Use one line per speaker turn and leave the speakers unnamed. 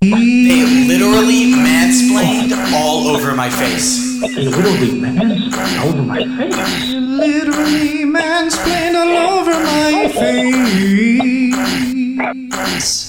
They literally mansplained all over my face.
Literally, man. Over my face.
Literally mansplained all over my face.